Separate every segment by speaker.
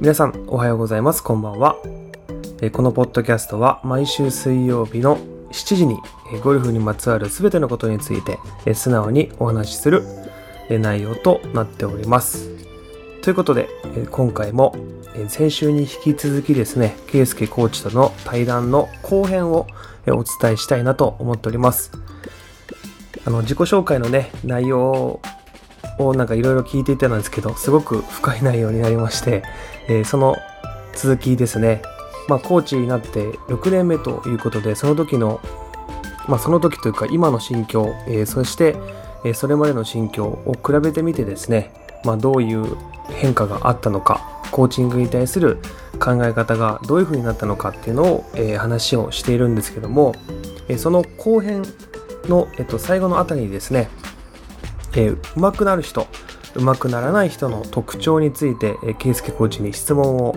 Speaker 1: 皆さんおはようございますこんばんはえーこのポッドキャストは毎週水曜日の7時にえーゴルフにまつわる全てのことについてえー素直にお話しするえー内容となっておりますということでえー今回もえー先週に引き続きですね圭介コーチとの対談の後編をえーお伝えしたいなと思っておりますあの自己紹介のね内容をなんかいろいろ聞いていたんですけどすごく深い内容になりまして、えーその続きですね、まあ、コーチになって6年目ということでその時の、まあ、その時というか今の心境、えーそして、えーそれまでの心境を比べてみてですね、まあ、どういう変化があったのかコーチングに対する考え方がどういうふうになったのかっていうのを、えー話をしているんですけども、えーその後編の、えっと、最後のあたりにですね、えー、上手くなる人上手くならない人の特徴について、えー、圭介コーチに質問を、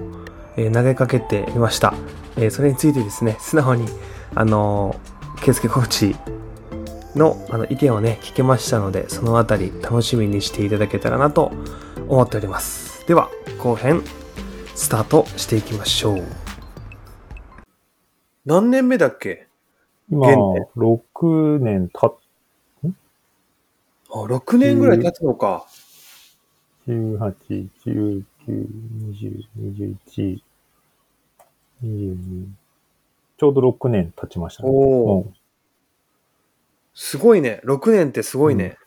Speaker 1: えー投げかけてみました、えーそれについてですね素直にあのー圭介コーチのあの意見をね聞けましたのでそのあたり楽しみにしていただけたらなと思っておりますでは後編スタートしていきましょう何年目だっけ
Speaker 2: 今
Speaker 1: 現、
Speaker 2: 6年経っ、
Speaker 1: あ6年ぐらい経つのか、
Speaker 2: 18、19、20、21、22。ちょうど6年経ちましたね。
Speaker 1: おーすごいね6年ってすごいね、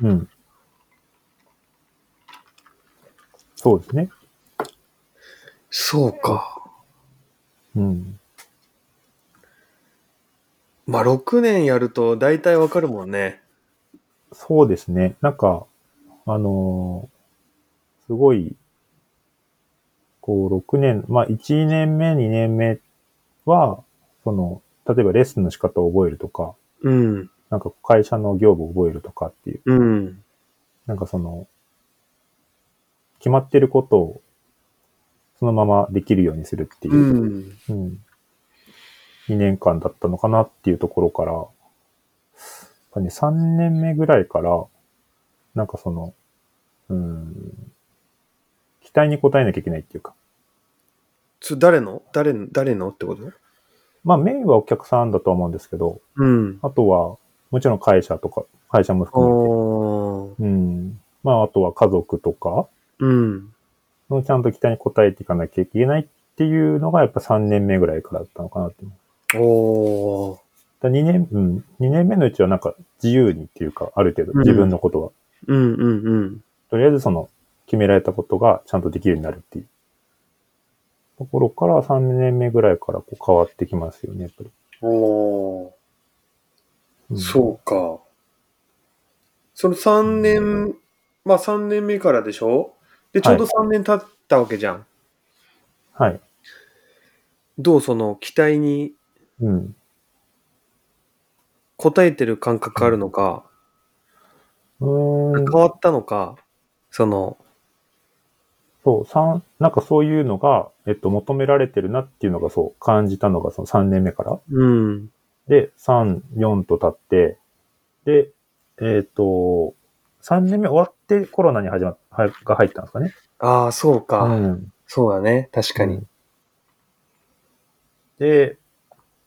Speaker 2: うんうん。うん。そうですね。
Speaker 1: そうか。
Speaker 2: うん。
Speaker 1: まあ、6年やると大体わかるもんね。
Speaker 2: そうですね。なんか、あのーすごい、こう、6年、まあ、1年目、2年目は、その、例えばレッスンの仕方を覚えるとか、
Speaker 1: うん。
Speaker 2: なんか会社の業務を覚えるとかっていう、
Speaker 1: うん。
Speaker 2: なんかその、決まってることをそのままできるようにするっていうう、
Speaker 1: ん。
Speaker 2: うん2年間だったのかなっていうところから、やっぱね、3年目ぐらいから、なんかその、うん、期待に応えなきゃいけないっていうか、
Speaker 1: つ誰の誰の誰のってこと
Speaker 2: まあメインはお客さんだとは思うんですけど、
Speaker 1: うん。
Speaker 2: あとは、もちろん会社とか、会社も含めて、
Speaker 1: おー。
Speaker 2: うん。まあ、あとは家族とか
Speaker 1: うん。
Speaker 2: のちゃんと期待に応えていかなきゃいけないっていうのが、やっぱ3年目ぐらいからだったのかなって思う。
Speaker 1: おー。
Speaker 2: だ2年、うん、2年目のうちはなんか自由にっていうか、ある程度
Speaker 1: うん
Speaker 2: 自分のことは、
Speaker 1: うんうんうん。
Speaker 2: とりあえずその、決められたことがちゃんとできるようになるっていうところから3年目ぐらいからこう変わってきますよね、やっぱり。
Speaker 1: おー。
Speaker 2: ん
Speaker 1: そうか。その3年、まあ3年目からでしょで、ちょうど
Speaker 2: は
Speaker 1: 3年経ったわけじゃん。
Speaker 2: はい。
Speaker 1: どうその期待に
Speaker 2: うん。
Speaker 1: 応えてる感覚あるのか、
Speaker 2: うーん
Speaker 1: 変。わったのか、その、
Speaker 2: そう、三、なんかそういうのが、えっと、求められてるなっていうのがそう、感じたのがその3年目から。
Speaker 1: うん。
Speaker 2: で、3、4と経って、で、えっ、と、3年目終わってコロナに始まっ、はが入ったんですかね。
Speaker 1: ああ、そうか。
Speaker 2: うん。
Speaker 1: そうだね。確かに。
Speaker 2: で、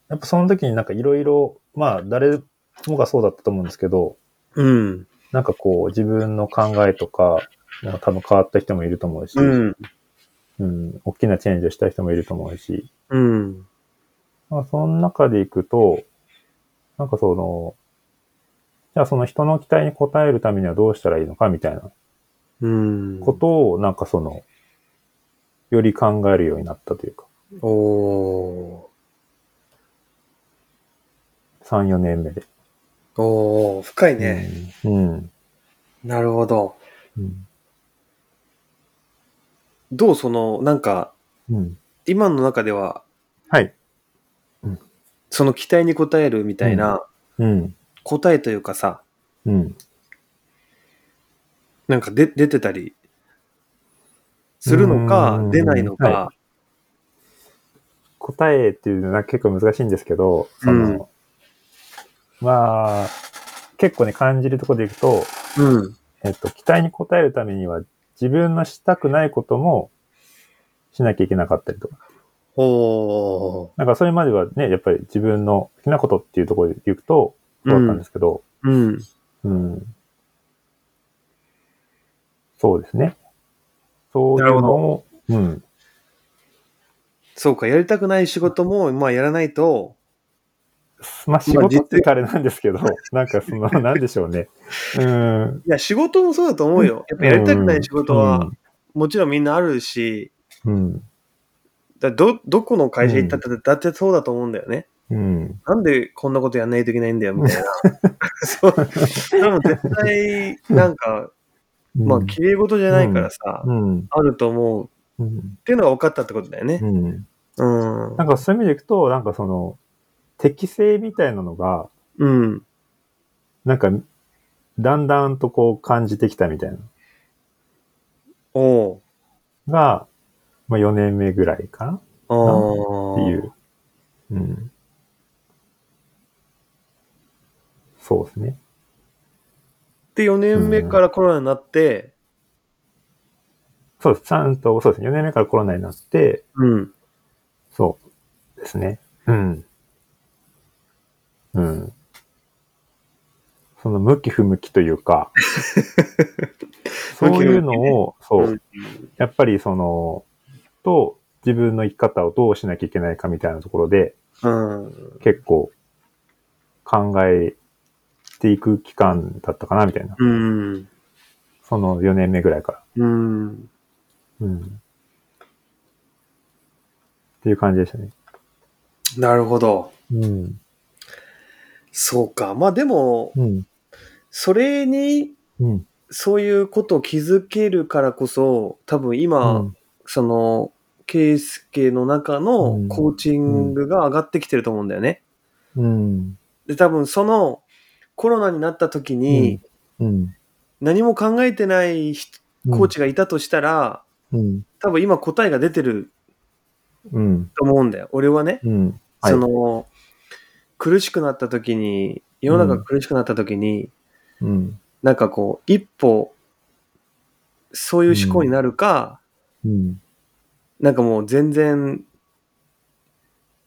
Speaker 2: やっぱその時になんかいろいろ、まあ誰もがそうだったと思うんですけど、
Speaker 1: うん。
Speaker 2: なんかこう自分の考えとか、なんか多分変わった人もいると思うし、
Speaker 1: うん。
Speaker 2: うん大きなチェンジをした人もいると思うし、
Speaker 1: うん。
Speaker 2: まあその中でいくと、なんかその、じゃあその人の期待に応えるためにはどうしたらいいのかみたいな
Speaker 1: うん。
Speaker 2: ことを、なんかその、より考えるようになったというか、
Speaker 1: お
Speaker 2: 3、4年目で。
Speaker 1: ー。おー、深いね。
Speaker 2: うん。
Speaker 1: なるほど。
Speaker 2: うん。
Speaker 1: どうその、なんか、
Speaker 2: うん。
Speaker 1: 今の中では、
Speaker 2: はい。
Speaker 1: その期待に応えるみたいな、
Speaker 2: うん。
Speaker 1: 答えというかさ、
Speaker 2: うん。
Speaker 1: なんかで出てたりするのか
Speaker 2: う、ん
Speaker 1: 出ないのか。
Speaker 2: 答えっていうのは結構難しいんですけど、その、まあ、結構ね、感じるところでいくと、
Speaker 1: うん。
Speaker 2: えっと、期待に応えるためには、自分のしたくないことも、しなきゃいけなかったりとか。
Speaker 1: ほ
Speaker 2: なんかそれまではね、やっぱり自分の好きなことっていうところで行くと、そうだったんですけど、
Speaker 1: う。うん。
Speaker 2: うん。そうですね。そういうのを、うん。
Speaker 1: そうか、やりたくない仕事も、まあ、やらないと、
Speaker 2: まあ仕事って言ったらあれなんで すけど、なんかその、なんでしょうね。うん。
Speaker 1: いや、仕事もそうだと思うよ。やっぱやりたくない仕事は、もちろんみんなあるし、
Speaker 2: うん、
Speaker 1: だど、どこの会社行ったって、だってそうだと思うんだよね。
Speaker 2: うん。うん。
Speaker 1: なんでこんなことやんないといけないんだよ、みたいな。 そう。でも絶対、なんか、まあ、綺麗事じゃないからさ、
Speaker 2: うん。
Speaker 1: あると思うっ
Speaker 2: うん。
Speaker 1: ていうのが分かったってことだよね
Speaker 2: う。ん。
Speaker 1: うん。
Speaker 2: なんかそういう意味でいくと、なんかその、適性みたいなのが、
Speaker 1: うん。
Speaker 2: なんか、だんだんとこう感じてきたみたいな
Speaker 1: おう。
Speaker 2: のが、まあ4年目ぐらいかなっ
Speaker 1: ああ。
Speaker 2: ていう。うん。そうですね。
Speaker 1: で、4年目からコロナになって、
Speaker 2: そうです。ちゃんと、そうですね。4年目からコロナになって、
Speaker 1: うん。
Speaker 2: そうですね。うん。うん。その向き不 向きというか、そういうのを、そうう、やっぱりその、と自分の生き方をどうしなきゃいけないかみたいなところで、
Speaker 1: うん。
Speaker 2: 結構考えていく期間だったかな、みたいな。
Speaker 1: うん。
Speaker 2: その4年目ぐらいから。
Speaker 1: うん。
Speaker 2: うん。っていう感じでしたね。
Speaker 1: なるほど。
Speaker 2: うん。
Speaker 1: そうか。まあでも、
Speaker 2: うん。
Speaker 1: それに、
Speaker 2: うん。
Speaker 1: そういうことを気づけるからこそ、多分今、
Speaker 2: うん
Speaker 1: その、ケースケの中
Speaker 2: う
Speaker 1: の
Speaker 2: ん
Speaker 1: コーチングが上がってきてると思うんだよね。
Speaker 2: うん。
Speaker 1: で、多分その、コロナになった時に、
Speaker 2: うん。
Speaker 1: 何も考えてない人コーチがいたとしたら、
Speaker 2: うん。
Speaker 1: 多分今答えが出てる
Speaker 2: うん。
Speaker 1: と思うんだよ。俺はね。
Speaker 2: うん。
Speaker 1: その、苦しくなった時に、世の中が苦しくなった時に、
Speaker 2: うん。
Speaker 1: なんかこう、一歩、そういう思考になるか、
Speaker 2: うん。
Speaker 1: なんかもう全然、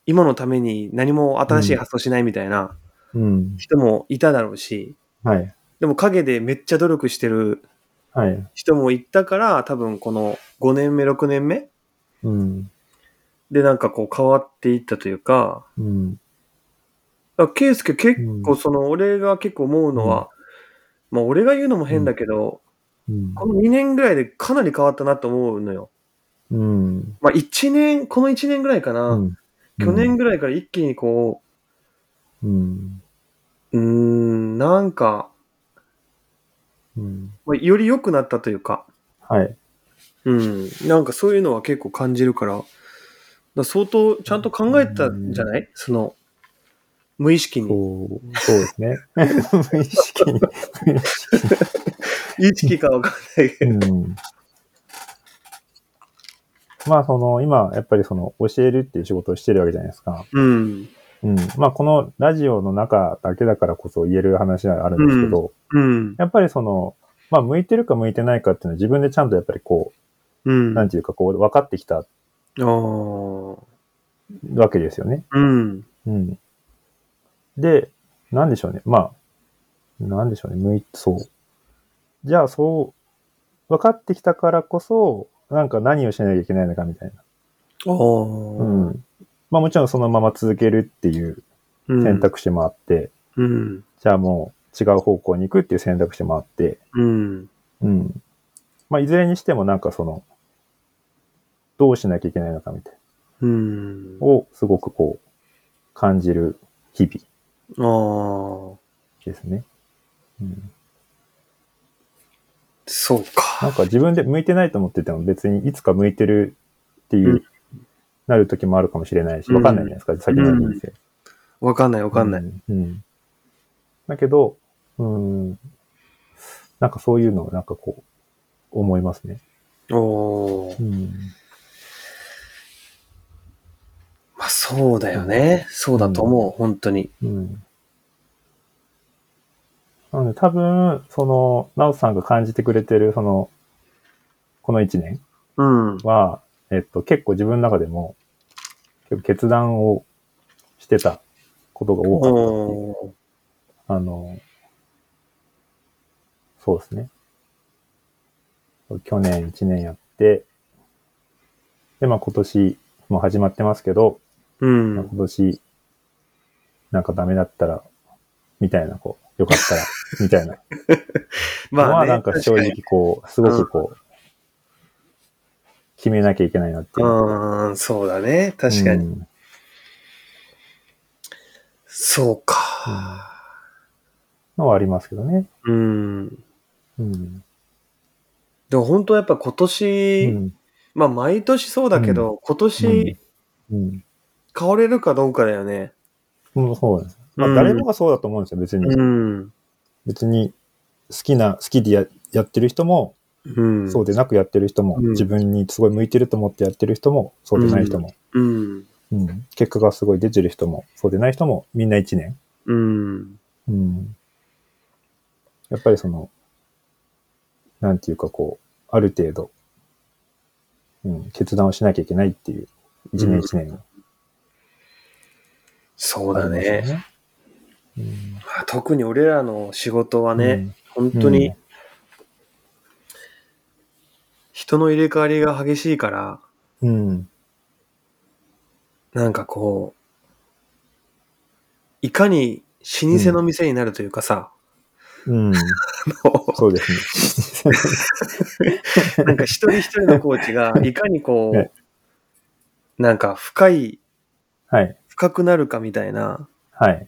Speaker 1: 今のために何も新しい発想しないみたいな
Speaker 2: うん。
Speaker 1: 人もいただろうし、
Speaker 2: はい。
Speaker 1: でも陰でめっちゃ努力してる
Speaker 2: はい。
Speaker 1: 人もいたから、多分この5年目、6年目
Speaker 2: うん。
Speaker 1: でなんかこう変わっていったというか、
Speaker 2: うん。
Speaker 1: だからケイスケ結
Speaker 2: う
Speaker 1: 構
Speaker 2: ん
Speaker 1: その俺が結構思うのは、まあ俺が言うのも変だけど、
Speaker 2: うん。
Speaker 1: この2年ぐらいでかなり変わったなと思うのよ。
Speaker 2: うん。
Speaker 1: まあ一年、この一年ぐらいかな、去年ぐらいから一気にこ
Speaker 2: うん。
Speaker 1: う、うーん、なんか、
Speaker 2: うん。
Speaker 1: まあより良くなったというか、
Speaker 2: はい。
Speaker 1: うん、なんかそういうのは結構感じるから、だから相当ちゃんと考えたんじゃない、その、無意識に。
Speaker 2: そう、そうですね。無意識に。
Speaker 1: 意識かわかんないけど。
Speaker 2: うん。まあ、その、今、やっぱりその、教えるっていう仕事をしてるわけじゃないですか。
Speaker 1: うん、
Speaker 2: うん。まあ、このラジオの中だけだからこそ言える話はあるんですけど、
Speaker 1: うん、
Speaker 2: やっぱりその、まあ、向いてるか向いてないかっていうのは自分でちゃんとやっぱりこ
Speaker 1: うん。
Speaker 2: う、なんていうかこう、分かってきた
Speaker 1: あー
Speaker 2: わけですよね。
Speaker 1: うん、
Speaker 2: うん。で、なんでしょうね。まあ、なんでしょうね。向い、そう。じゃあ、そう、分かってきたからこそ、なんか何をしなきゃいけないのかみたいな。
Speaker 1: あ
Speaker 2: う
Speaker 1: ー
Speaker 2: ん。まあもちろんそのまま続けるっていう
Speaker 1: うん、
Speaker 2: 選択肢もあって、
Speaker 1: うん、
Speaker 2: じゃあもう違う方向に行くっていう選択肢もあって、
Speaker 1: うん、
Speaker 2: うん。まあいずれにしてもなんかその、どうしなきゃいけないのかみたい
Speaker 1: うん
Speaker 2: な。。をすごくこう、感じる日々
Speaker 1: ああ、
Speaker 2: ですね。うん。
Speaker 1: そう
Speaker 2: な
Speaker 1: か。
Speaker 2: んか自分で向いてないと思ってても別にいつか向いてるっていう、
Speaker 1: うん
Speaker 2: なる時もあるかもしれないし、わかんないじゃないですか、先の人生。
Speaker 1: わかんないわかんない。
Speaker 2: うん。うんだけど、うん、なんかそういうのをなんかこう、思いますね。
Speaker 1: おー
Speaker 2: うん。
Speaker 1: まあそうだよね。そうだと思う、本当に。
Speaker 2: うん。なので多分、その、ナオさんが感じてくれてる、その、この一年
Speaker 1: うん。
Speaker 2: は、えっと、結構自分の中でも、結構決断をしてたことが多かったっていう
Speaker 1: おー
Speaker 2: あの、そうですね。去年1年やって、で、まあ今年も始まってますけど、
Speaker 1: うん
Speaker 2: まあ。今年、なんかダメだったら、みたいな、こう、よ かったら、みたいな。ま
Speaker 1: ま
Speaker 2: あ、
Speaker 1: あ、ね、
Speaker 2: なんか正
Speaker 1: 確に
Speaker 2: 直こう、すごくこう、決めなきゃいけないなっていう。
Speaker 1: うーん、そうだね。確かに。
Speaker 2: うん
Speaker 1: そうか。
Speaker 2: のはありますけどね。
Speaker 1: うん。
Speaker 2: うん。
Speaker 1: でも本当やっぱ今
Speaker 2: う
Speaker 1: 年、
Speaker 2: ん。
Speaker 1: まあ毎年そうだけど、今年
Speaker 2: うん。
Speaker 1: 変われるかどうかだよね。
Speaker 2: うん、そうなんです。ま
Speaker 1: う
Speaker 2: あ、
Speaker 1: ん
Speaker 2: 誰もがそうだと思うんですよ、別に。
Speaker 1: うん。
Speaker 2: 別に好きな、好きでややってる人も、
Speaker 1: うん。
Speaker 2: そうでなくやってる人も、
Speaker 1: うん
Speaker 2: 自分にすごい向いてると思ってやってる人も、そうでない人も、
Speaker 1: うん。
Speaker 2: うん結果がすごい出てる人も、そうでない人も、みんな1年。
Speaker 1: うん。
Speaker 2: うん、やっぱりその、なんていうかこう、ある程度、うん、決断をしなきゃいけないっていう、1
Speaker 1: うん
Speaker 2: 年1年が
Speaker 1: そうだ
Speaker 2: あります
Speaker 1: ね。
Speaker 2: ね。うん
Speaker 1: まあ特に俺らの仕事はね、本
Speaker 2: うん
Speaker 1: 当
Speaker 2: う
Speaker 1: に
Speaker 2: ん
Speaker 1: 人の入れ替わりが激しいから、
Speaker 2: うん。
Speaker 1: なんかこう、いかに老舗の店になるというかさ、
Speaker 2: うん。そうですね。
Speaker 1: なんか一人一人のコーチが、いかにこ
Speaker 2: ね
Speaker 1: う、なんか深い、
Speaker 2: はい。
Speaker 1: 深くなるかみたいな、
Speaker 2: はい。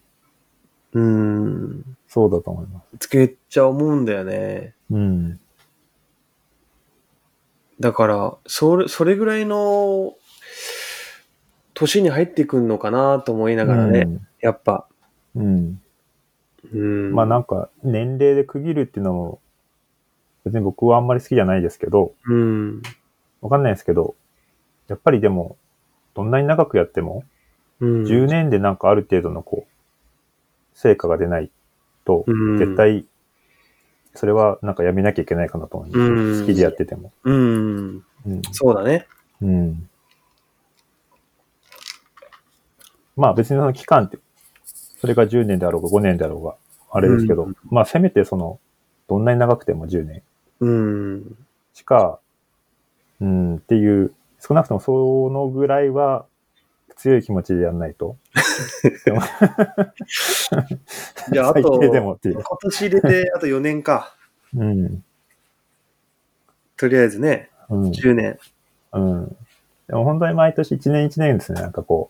Speaker 1: うーん、
Speaker 2: そうだと思います。
Speaker 1: つけちゃ思うんだよね。
Speaker 2: うん。
Speaker 1: だから、それ、それぐらいの、年に入ってくんのかなと思いながらね、やっぱ。
Speaker 2: うん。
Speaker 1: うん。
Speaker 2: まあなんか、年齢で区切るっていうのも、別に僕はあんまり好きじゃないですけど、
Speaker 1: うん。
Speaker 2: わかんないですけど、やっぱりでも、どんなに長くやっても、
Speaker 1: うん。
Speaker 2: 10年でなんかある程度のこう、成果が出ないと、
Speaker 1: うん
Speaker 2: 絶対、それはなんかやめなきゃいけないかなと思います。
Speaker 1: うん
Speaker 2: 好きでやってても。
Speaker 1: うん。
Speaker 2: うん。
Speaker 1: そうだね。
Speaker 2: うん、まあ別にその期間って、それが10年であろうが5年であろうが、あれですけど、
Speaker 1: う
Speaker 2: まあせめてその、どんなに長くても10年
Speaker 1: うん。
Speaker 2: しか、うん、っていう、少なくともそのぐらいは強い気持ちでやんないと。
Speaker 1: じゃあ、あ
Speaker 2: 最
Speaker 1: と、
Speaker 2: 低でも
Speaker 1: 今
Speaker 2: っていう。
Speaker 1: 年入れて、あと4年か。
Speaker 2: うん。
Speaker 1: とりあえずね、
Speaker 2: うん。
Speaker 1: 10年。
Speaker 2: うん。でも本当に毎年1年1年ですね。なんかこ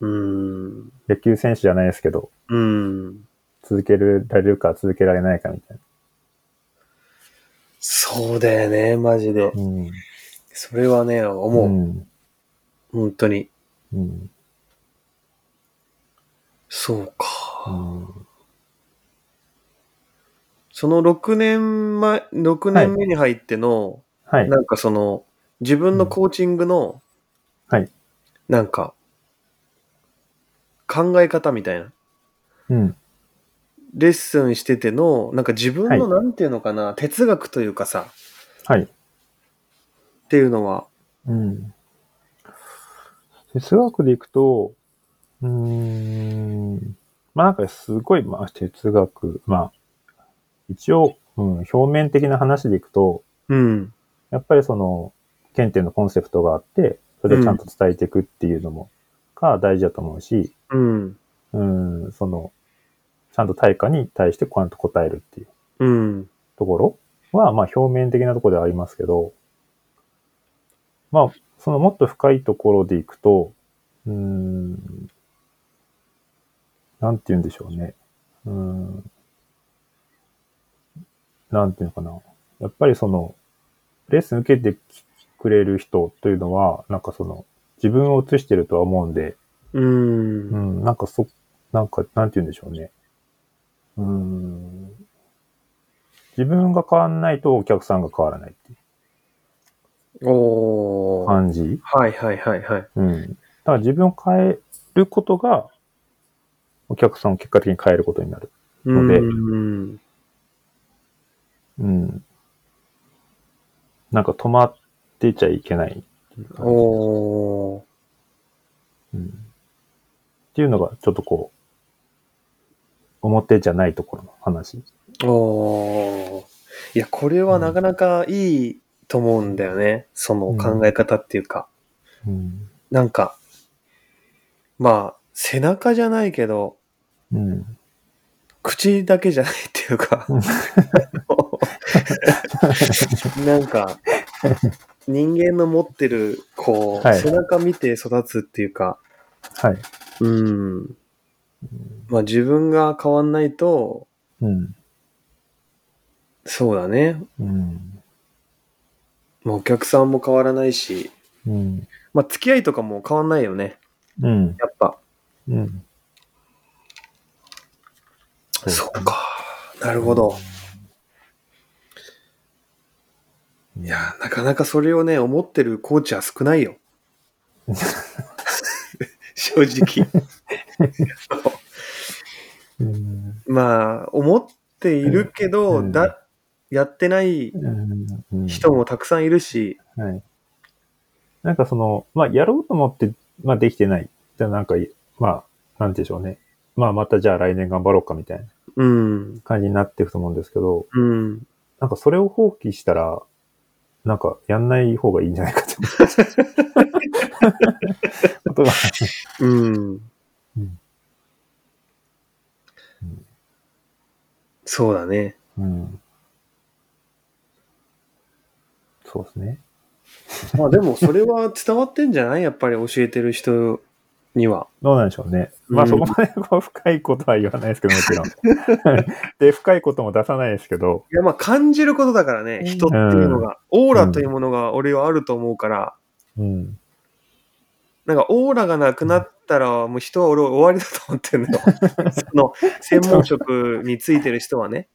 Speaker 1: うん。
Speaker 2: う、野球選手じゃないですけど、
Speaker 1: うん。
Speaker 2: 続けられるか続けられないかみたい
Speaker 1: そうだよね、マジで。
Speaker 2: な。うん。
Speaker 1: それはね、思う。
Speaker 2: うん。
Speaker 1: 本当に。
Speaker 2: うん。
Speaker 1: そうか。
Speaker 2: うん
Speaker 1: その6年前、6年目に入っての、
Speaker 2: はい。
Speaker 1: なんかその、自分のコーチングの、
Speaker 2: はい。
Speaker 1: なんか、考え方みたいな。
Speaker 2: うん。
Speaker 1: レッスンしてての、なんか自分の
Speaker 2: は
Speaker 1: なんていうのかな、哲学というかさ、
Speaker 2: はい。
Speaker 1: っていうのは、
Speaker 2: うん。哲学でいくと、うーん。まあなんかすごい、まあ哲学、まあ、一応、うん、表面的な話でいくと、
Speaker 1: うん。
Speaker 2: やっぱりその、検定のコンセプトがあって、それをちゃんと伝えていくっていうのも、が大事だと思うし、
Speaker 1: うん。
Speaker 2: うん、その、ちゃんと対価に対してちゃんと答えるっていう
Speaker 1: うん。
Speaker 2: ところは、まあ表面的なところではありますけど、まあ、そのもっと深いところでいくと、うーん、なんて言うんでしょうね。うーん、なんていうのかな。やっぱりその、レッスン受けてくれる人というのは、なんかその、自分を映してるとは思うんで、
Speaker 1: うん
Speaker 2: う。ん、なんかそ、なんか、なんて言うんでしょうね。うーん。自分が変わんないとお客さんが変わらないっていう
Speaker 1: おー。
Speaker 2: 感じ。
Speaker 1: はいはいはいはい。
Speaker 2: うん。だから自分を変えることが、お客さんを結果的に変えることになる。
Speaker 1: うん
Speaker 2: ので
Speaker 1: うん。
Speaker 2: うん。なんか止まってちゃいけないいう感じ
Speaker 1: おー。
Speaker 2: うんっていうのが、ちょっとこう、表じゃないところの話。
Speaker 1: おーいや、これはなかなかいいと思うんだよね。その考え方っていうか。
Speaker 2: うん。
Speaker 1: なんか、まあ、背中じゃないけど、
Speaker 2: うん。
Speaker 1: 口だけじゃないっていうか
Speaker 2: うん。
Speaker 1: なんか、人間の持ってる、こう、
Speaker 2: はい
Speaker 1: 背中見て育つっていうか、
Speaker 2: はい。
Speaker 1: うん。まあ自分が変わんないと、
Speaker 2: うん。
Speaker 1: そうだね。
Speaker 2: うん。
Speaker 1: まあお客さんも変わらないし、
Speaker 2: うん。
Speaker 1: まあ付き合いとかも変わんないよね。
Speaker 2: うん。
Speaker 1: やっぱ。
Speaker 2: うん。
Speaker 1: そ
Speaker 2: そう
Speaker 1: か。なるほど。いや、なかなかそれをね、思ってるコーチは少ない よ。正直。
Speaker 2: うん。
Speaker 1: まあ、思っているけど、
Speaker 2: うん
Speaker 1: だ、やってない
Speaker 2: うん。
Speaker 1: 人もたくさんいるし、
Speaker 2: はい。なんかその、まあ、やろうと思って、まあ、できてない。じゃあなんか、まあ、なんでしょうね。まあ、またじゃあ来年頑張ろうかみたいな
Speaker 1: うん、
Speaker 2: 感じになっていくと思うんですけど、
Speaker 1: うん。
Speaker 2: なんかそれを放棄したら、なんかやんない方がいいんじゃないかと思い ます。ことが
Speaker 1: うん。
Speaker 2: うんうん
Speaker 1: そうだね。
Speaker 2: うん。そうですね。
Speaker 1: まあでもそれは伝わってんじゃない やっぱり教えてる人には。
Speaker 2: どうなんでしょうね。ま
Speaker 1: う
Speaker 2: あ
Speaker 1: ん
Speaker 2: そこまで こう深いことは言わないですけど、もちろん。 で、深いことも出さないですけど、
Speaker 1: いやまあ感じることだからね、人っていうのが。オーラというものが俺はあると思うから、
Speaker 2: うん。
Speaker 1: なんかオーラがなくなったらもう人は俺は終わりだと思ってんの よ。その専門職についてる人はね。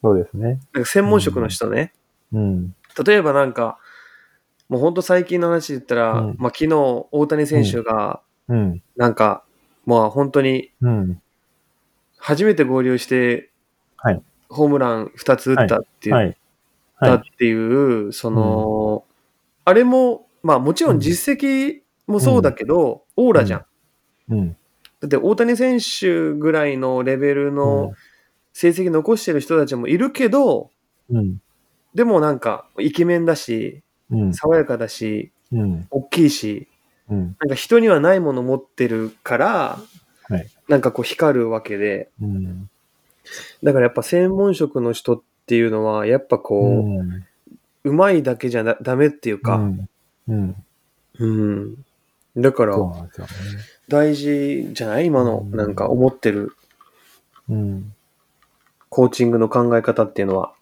Speaker 2: そうですね。
Speaker 1: なんか専門職の人ね。
Speaker 2: うん。
Speaker 1: 例えばなんか、もうほんと最近の話で言ったら、
Speaker 2: うん
Speaker 1: まあ昨日大谷選手が
Speaker 2: うん。
Speaker 1: なんか、まあ本当に
Speaker 2: うん。
Speaker 1: 初めて合流して、
Speaker 2: はい
Speaker 1: ホームラン2つ打ったって言
Speaker 2: は
Speaker 1: っ
Speaker 2: い。
Speaker 1: た
Speaker 2: は
Speaker 1: っ
Speaker 2: い。
Speaker 1: ていう、その、あれも、まあもちろん実績もそうだけど、オーラじゃん。
Speaker 2: うん。
Speaker 1: だって大谷選手ぐらいのレベルの成績残してる人たちもいるけど、
Speaker 2: うん。
Speaker 1: でもなんかイケメンだし、
Speaker 2: うん。
Speaker 1: 爽やかだし、
Speaker 2: うん。
Speaker 1: 大きいし、
Speaker 2: うん。
Speaker 1: なんか人にはないもの持ってるから、
Speaker 2: はい
Speaker 1: なんかこう光るわけで、
Speaker 2: うん。
Speaker 1: だからやっぱ専門職の人っていうのは、やっぱ
Speaker 2: う
Speaker 1: こ
Speaker 2: ん。
Speaker 1: う、うま、いだけじゃなダメっていう
Speaker 2: う
Speaker 1: か、
Speaker 2: ん。うん。
Speaker 1: うん。だから、
Speaker 2: そうなんですよね。
Speaker 1: 大事じゃない今の、
Speaker 2: うん
Speaker 1: なんか思ってる
Speaker 2: うん。
Speaker 1: コーチングの考え方っていうのは。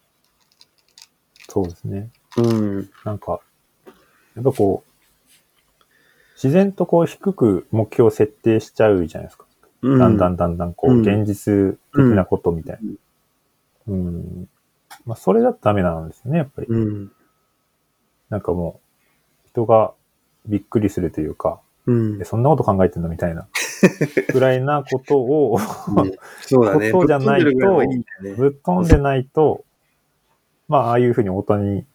Speaker 2: そうですね。
Speaker 1: うん。
Speaker 2: なんか、やっぱこう、自然とこう低く目標を設定しちゃうじゃないですか。
Speaker 1: う
Speaker 2: だんだんだんだんこ
Speaker 1: う
Speaker 2: う、
Speaker 1: ん
Speaker 2: 現実的なことみたいな。うん。まあ、それだとダメなんですよね、やっぱり。
Speaker 1: うん。
Speaker 2: なんかもう、人がびっくりするというか、
Speaker 1: うん
Speaker 2: え。そんなこと考えてんのみた いな。ぐらいなことを、
Speaker 1: うんそうだね。
Speaker 2: そうじゃないと
Speaker 1: ぶっ飛んでるぐらはいいんだよね
Speaker 2: ぶっ飛んでないと、まあ、ああいうふうに大谷、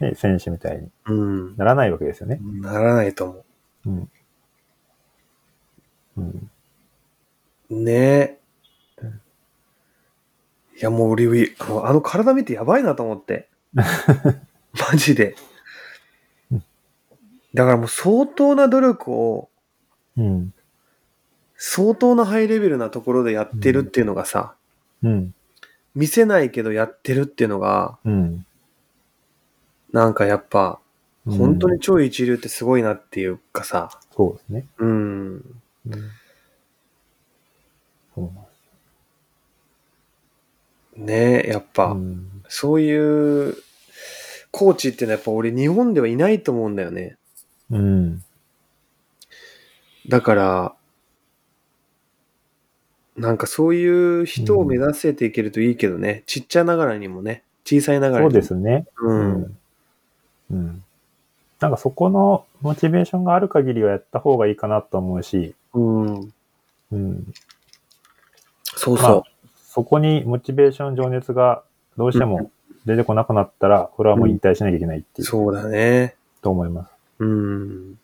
Speaker 2: ね、選手みたいに
Speaker 1: うん。
Speaker 2: ならないわけですよね。
Speaker 1: ならないと思
Speaker 2: うん。うん。
Speaker 1: う。ねえ。いやもう俺、あのあの体見てやばいなと思 って。マジで
Speaker 2: うん。
Speaker 1: だからもう相当な努力を、
Speaker 2: うん。
Speaker 1: 相当なハイレベルなところでやってるっていうのがさ、
Speaker 2: うん。
Speaker 1: 見せないけどやってるっていうのが、
Speaker 2: うん。
Speaker 1: なんかやっぱ、
Speaker 2: うん
Speaker 1: 本当に超一流ってすごいなっていうかさ、
Speaker 2: そうですね。
Speaker 1: うん。
Speaker 2: うん。そうなんです
Speaker 1: ねえ、やっぱ、
Speaker 2: うん
Speaker 1: そういう、コーチってのはやっぱ俺日本ではいないと思うんだよね。
Speaker 2: うん。
Speaker 1: だから、なんかそういう人を目指せていけるといいけどね。ちっちゃながらにもね。小さいながら
Speaker 2: そ
Speaker 1: にも。
Speaker 2: うですね。
Speaker 1: う。
Speaker 2: うんん。うん。なんかそこのモチベーションがある限りはやった方がいいかなと思うし、
Speaker 1: うん。
Speaker 2: うん。
Speaker 1: そうそ
Speaker 2: そこにモチベーション、情熱がどうしても出てこなくなったら、これはもう引退しなきゃいけないっ
Speaker 1: う。
Speaker 2: ていう、
Speaker 1: そうだね。
Speaker 2: と思います。
Speaker 1: うん。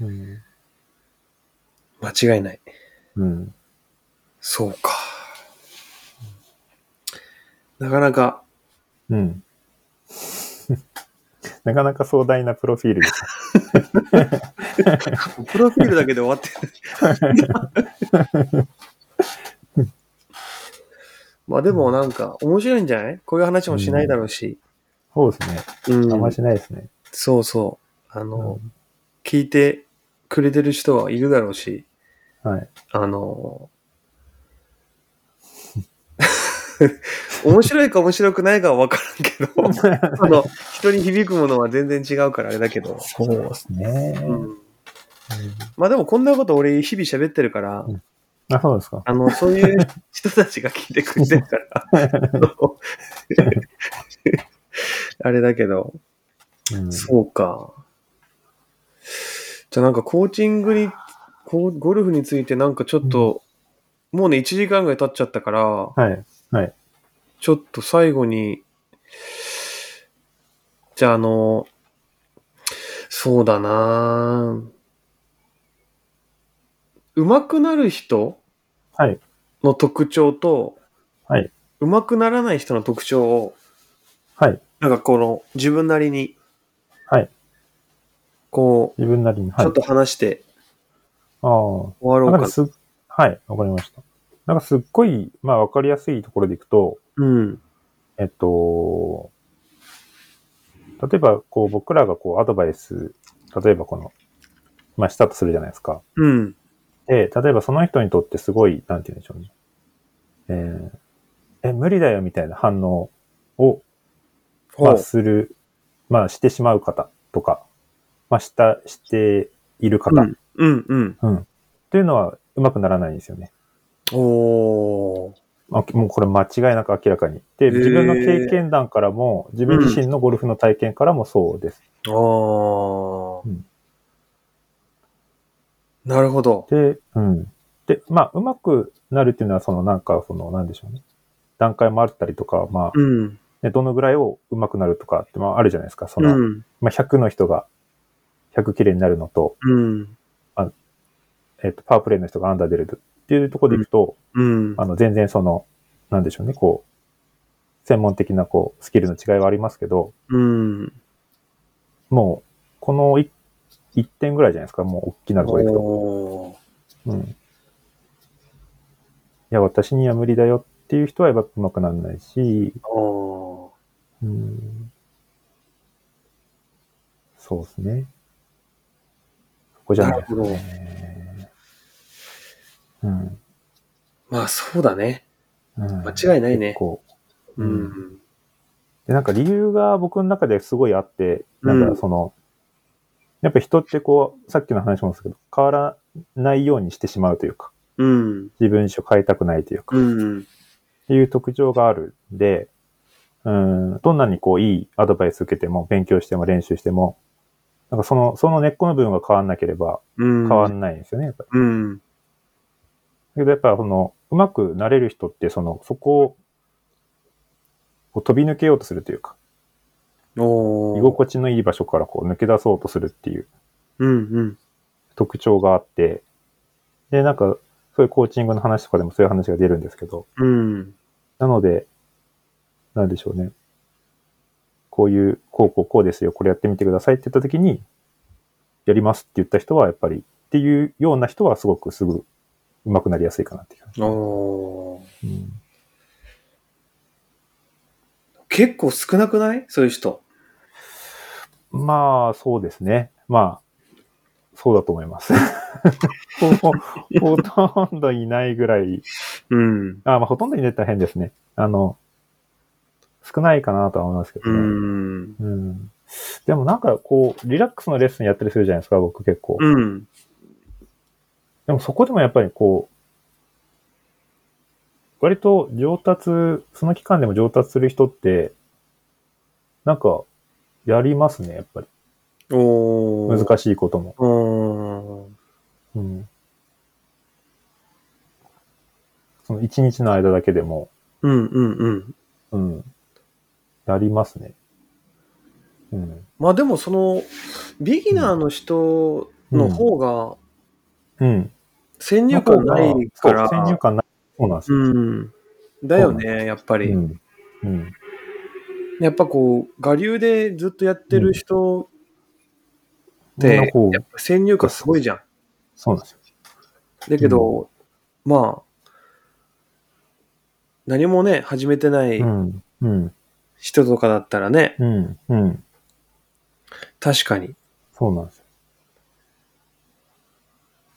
Speaker 2: うん。
Speaker 1: 間違いない。
Speaker 2: うん。
Speaker 1: そうか。なかなか、
Speaker 2: うん。 なかなか壮大なプロフィールです。
Speaker 1: プロフィールだけで終わってる。 まあでもなんか面白いんじゃないこういう話もしないだろうし。
Speaker 2: そうですね。
Speaker 1: うん
Speaker 2: あんましないですね。
Speaker 1: そうそう。あの、
Speaker 2: うん
Speaker 1: 聞いてくれてる人はいるだろうし、
Speaker 2: はい。
Speaker 1: あ の、面白いか面白くないかは分から んけど、その、人に響くものは全然違うからあれだけど。
Speaker 2: そうですね。
Speaker 1: う
Speaker 2: うん
Speaker 1: んまあでもこんなこと俺日々喋ってるから、
Speaker 2: うんあ、そうですか。
Speaker 1: あの、そういう人たちが聞いてくれてるから、あの あれだけど、
Speaker 2: うん。
Speaker 1: そうか。じゃあなんかコーチングに、こうゴルフについてなんかちょっと、もうね1時間ぐらい経っちゃったから、
Speaker 2: はい。
Speaker 1: ちょっと最後に、じゃああの、そうだなぁ上手くなる人
Speaker 2: はい。
Speaker 1: の特徴と、
Speaker 2: はい。
Speaker 1: 上手くならない人の特徴を、
Speaker 2: はい。
Speaker 1: なんかこの自分なりに、
Speaker 2: はい。
Speaker 1: こ
Speaker 2: 自分なりに。
Speaker 1: う、
Speaker 2: は
Speaker 1: ち
Speaker 2: い
Speaker 1: ょっ。と話して
Speaker 2: ああ。
Speaker 1: 終わ
Speaker 2: な
Speaker 1: ろ
Speaker 2: ん
Speaker 1: う
Speaker 2: か
Speaker 1: か
Speaker 2: す、はい、わかりました。なんかすっごい、まあわかりやすいところでいくと、
Speaker 1: な。うん。
Speaker 2: えっと、例えばこう僕らがこうアドバイス、例えばこの、まあしたとするじゃないですか。
Speaker 1: うん。
Speaker 2: で、例えばその人にとってすごい、なんて言うんでしょうね。えーえ、無理だよみたいな反応を、ま
Speaker 1: ほ
Speaker 2: あ
Speaker 1: う。
Speaker 2: する、まあしてしまう方とか、まあした、している方、
Speaker 1: う
Speaker 2: うん
Speaker 1: ん。うん。うん。
Speaker 2: っていうのはうまくならないんですよね。
Speaker 1: おー。
Speaker 2: あもうこれ間違いなく明らかに。で、
Speaker 1: へー
Speaker 2: 自分の経験談からも、自分自身のゴルフの体験からもそうです。
Speaker 1: あー。
Speaker 2: うん
Speaker 1: なるほど。
Speaker 2: で、うん。で、まあ、うまくなるっていうのは、そのなんか、その、なんでしょうね。段階もあったりとか、まあ、
Speaker 1: うん。
Speaker 2: ね、どのぐらいをうまくなるとかって、まあ、あるじゃないですか。そうの、
Speaker 1: ん。
Speaker 2: まあ、100の人が、100綺麗になるのと、
Speaker 1: うん。
Speaker 2: えっ、と、パワープレイの人がアンダー出るっていうところでいくと、
Speaker 1: うん。
Speaker 2: あの、全然その、なんでしょうね、こう、専門的な、こう、スキルの違いはありますけど、
Speaker 1: うん。
Speaker 2: もう、このい一点ぐらいじゃないですか、もう大きなところでいくと。
Speaker 1: おー。
Speaker 2: うん。いや、私には無理だよっていう人はやっぱうまくならないし、
Speaker 1: おー。
Speaker 2: うん。そうですね。そこじゃないですかね。うん。
Speaker 1: まあそうだね。
Speaker 2: うん、
Speaker 1: 間違いないね
Speaker 2: 結構。
Speaker 1: う
Speaker 2: うんん。で、なんか理由が僕の中ですごいあって、なんかその、やっぱ人ってこう、さっきの話もですけど、変わらないようにしてしまうというか、
Speaker 1: うん。
Speaker 2: 自分史を変えたくないというか、
Speaker 1: う
Speaker 2: っ
Speaker 1: ん。
Speaker 2: ていう特徴があるんで、うん、どんなにこう、いいアドバイス受けても、勉強しても練習しても、なんかその、その根っこの部分が変わんなければ
Speaker 1: 変
Speaker 2: 変わんないんですよね、やっぱり。
Speaker 1: うん。
Speaker 2: だけどやっぱその、うまくなれる人って、その、そこを、こう飛び抜けようとするというか、
Speaker 1: おー
Speaker 2: 居心地のいい場所からこう抜け出そうとするっていう
Speaker 1: うん
Speaker 2: 特徴があって、で、なんか、そういうコーチングの話とかでもそういう話が出るんですけど、
Speaker 1: うん。うん。
Speaker 2: なので、なんでしょうね。こういう、こうこうこうですよ、これやってみてくださいって言った時に、やりますって言った人はやっぱり、っていうような人はすごくすぐ上手くなりやすいかなっていう感じ。
Speaker 1: おー
Speaker 2: うん
Speaker 1: 結構少なくないそういう人。
Speaker 2: まあ、そうですね。まあ、そうだと思います。 ほほとんどいないぐらい
Speaker 1: うん。
Speaker 2: あ、まあ、ほとんどに出たら変ですね。あの、少ないかなとは思いますけ
Speaker 1: う
Speaker 2: どね。
Speaker 1: ん。
Speaker 2: うん。でもなんかこう、リラックスのレッスンやったりするじゃないですか、僕結構。
Speaker 1: うん。
Speaker 2: でもそこでもやっぱりこう、割と上達、その期間でも上達する人って、なんか、やりますね、やっぱり。
Speaker 1: おー。
Speaker 2: 難しいことも。
Speaker 1: おー
Speaker 2: うん。その一日の間だけでも、
Speaker 1: うんうんうん。
Speaker 2: うん。やりますね。うん。
Speaker 1: まあでもその、ビギナーの人の方が
Speaker 2: うん。
Speaker 1: 先入観ないか
Speaker 2: そう先入
Speaker 1: ら、
Speaker 2: 観ない。そうなんです
Speaker 1: う
Speaker 2: よ。
Speaker 1: ん。だよね、やっぱり。
Speaker 2: うん。うん。
Speaker 1: やっぱこう、我流でずっとやってる人っ
Speaker 2: みん
Speaker 1: て
Speaker 2: なこ、う
Speaker 1: やっぱ先入観すごいじゃん。
Speaker 2: そうなんですよ。
Speaker 1: だけど、まあ、何もね、始めてない
Speaker 2: うん。うん。
Speaker 1: 人とかだったらね、
Speaker 2: うん。うん。
Speaker 1: 確かに。
Speaker 2: そうなんですよ。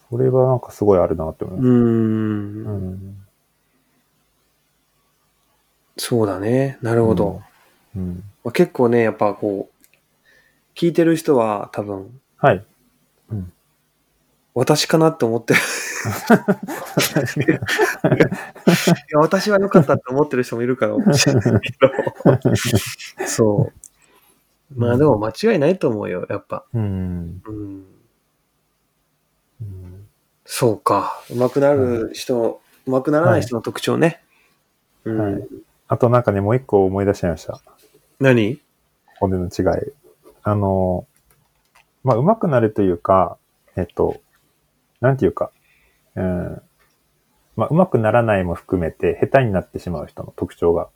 Speaker 2: それはなんかすごいあるなって思いうます。
Speaker 1: ー、
Speaker 2: うんん。
Speaker 1: そうだね。なるほど。
Speaker 2: うん。
Speaker 1: まあ、結構ね、やっぱこう、聞いてる人は多分、
Speaker 2: はい。
Speaker 1: 私かなって思ってる。 いや私は良かったって思ってる人もいるから、 そう。まあでも間違いないと思うよ、やっぱ。
Speaker 2: うん。
Speaker 1: うん、
Speaker 2: うん
Speaker 1: そうか。上手くなる人、上手くならない人の特徴ね。うん
Speaker 2: はいあとなんかね、もう一個思い出しちゃいました。
Speaker 1: 何
Speaker 2: 骨の違い。あの、まあ、上手くなるというか、えっと、なんていうか、うん、まあ、上手くならないも含めて、下手になってしまう人の特徴が、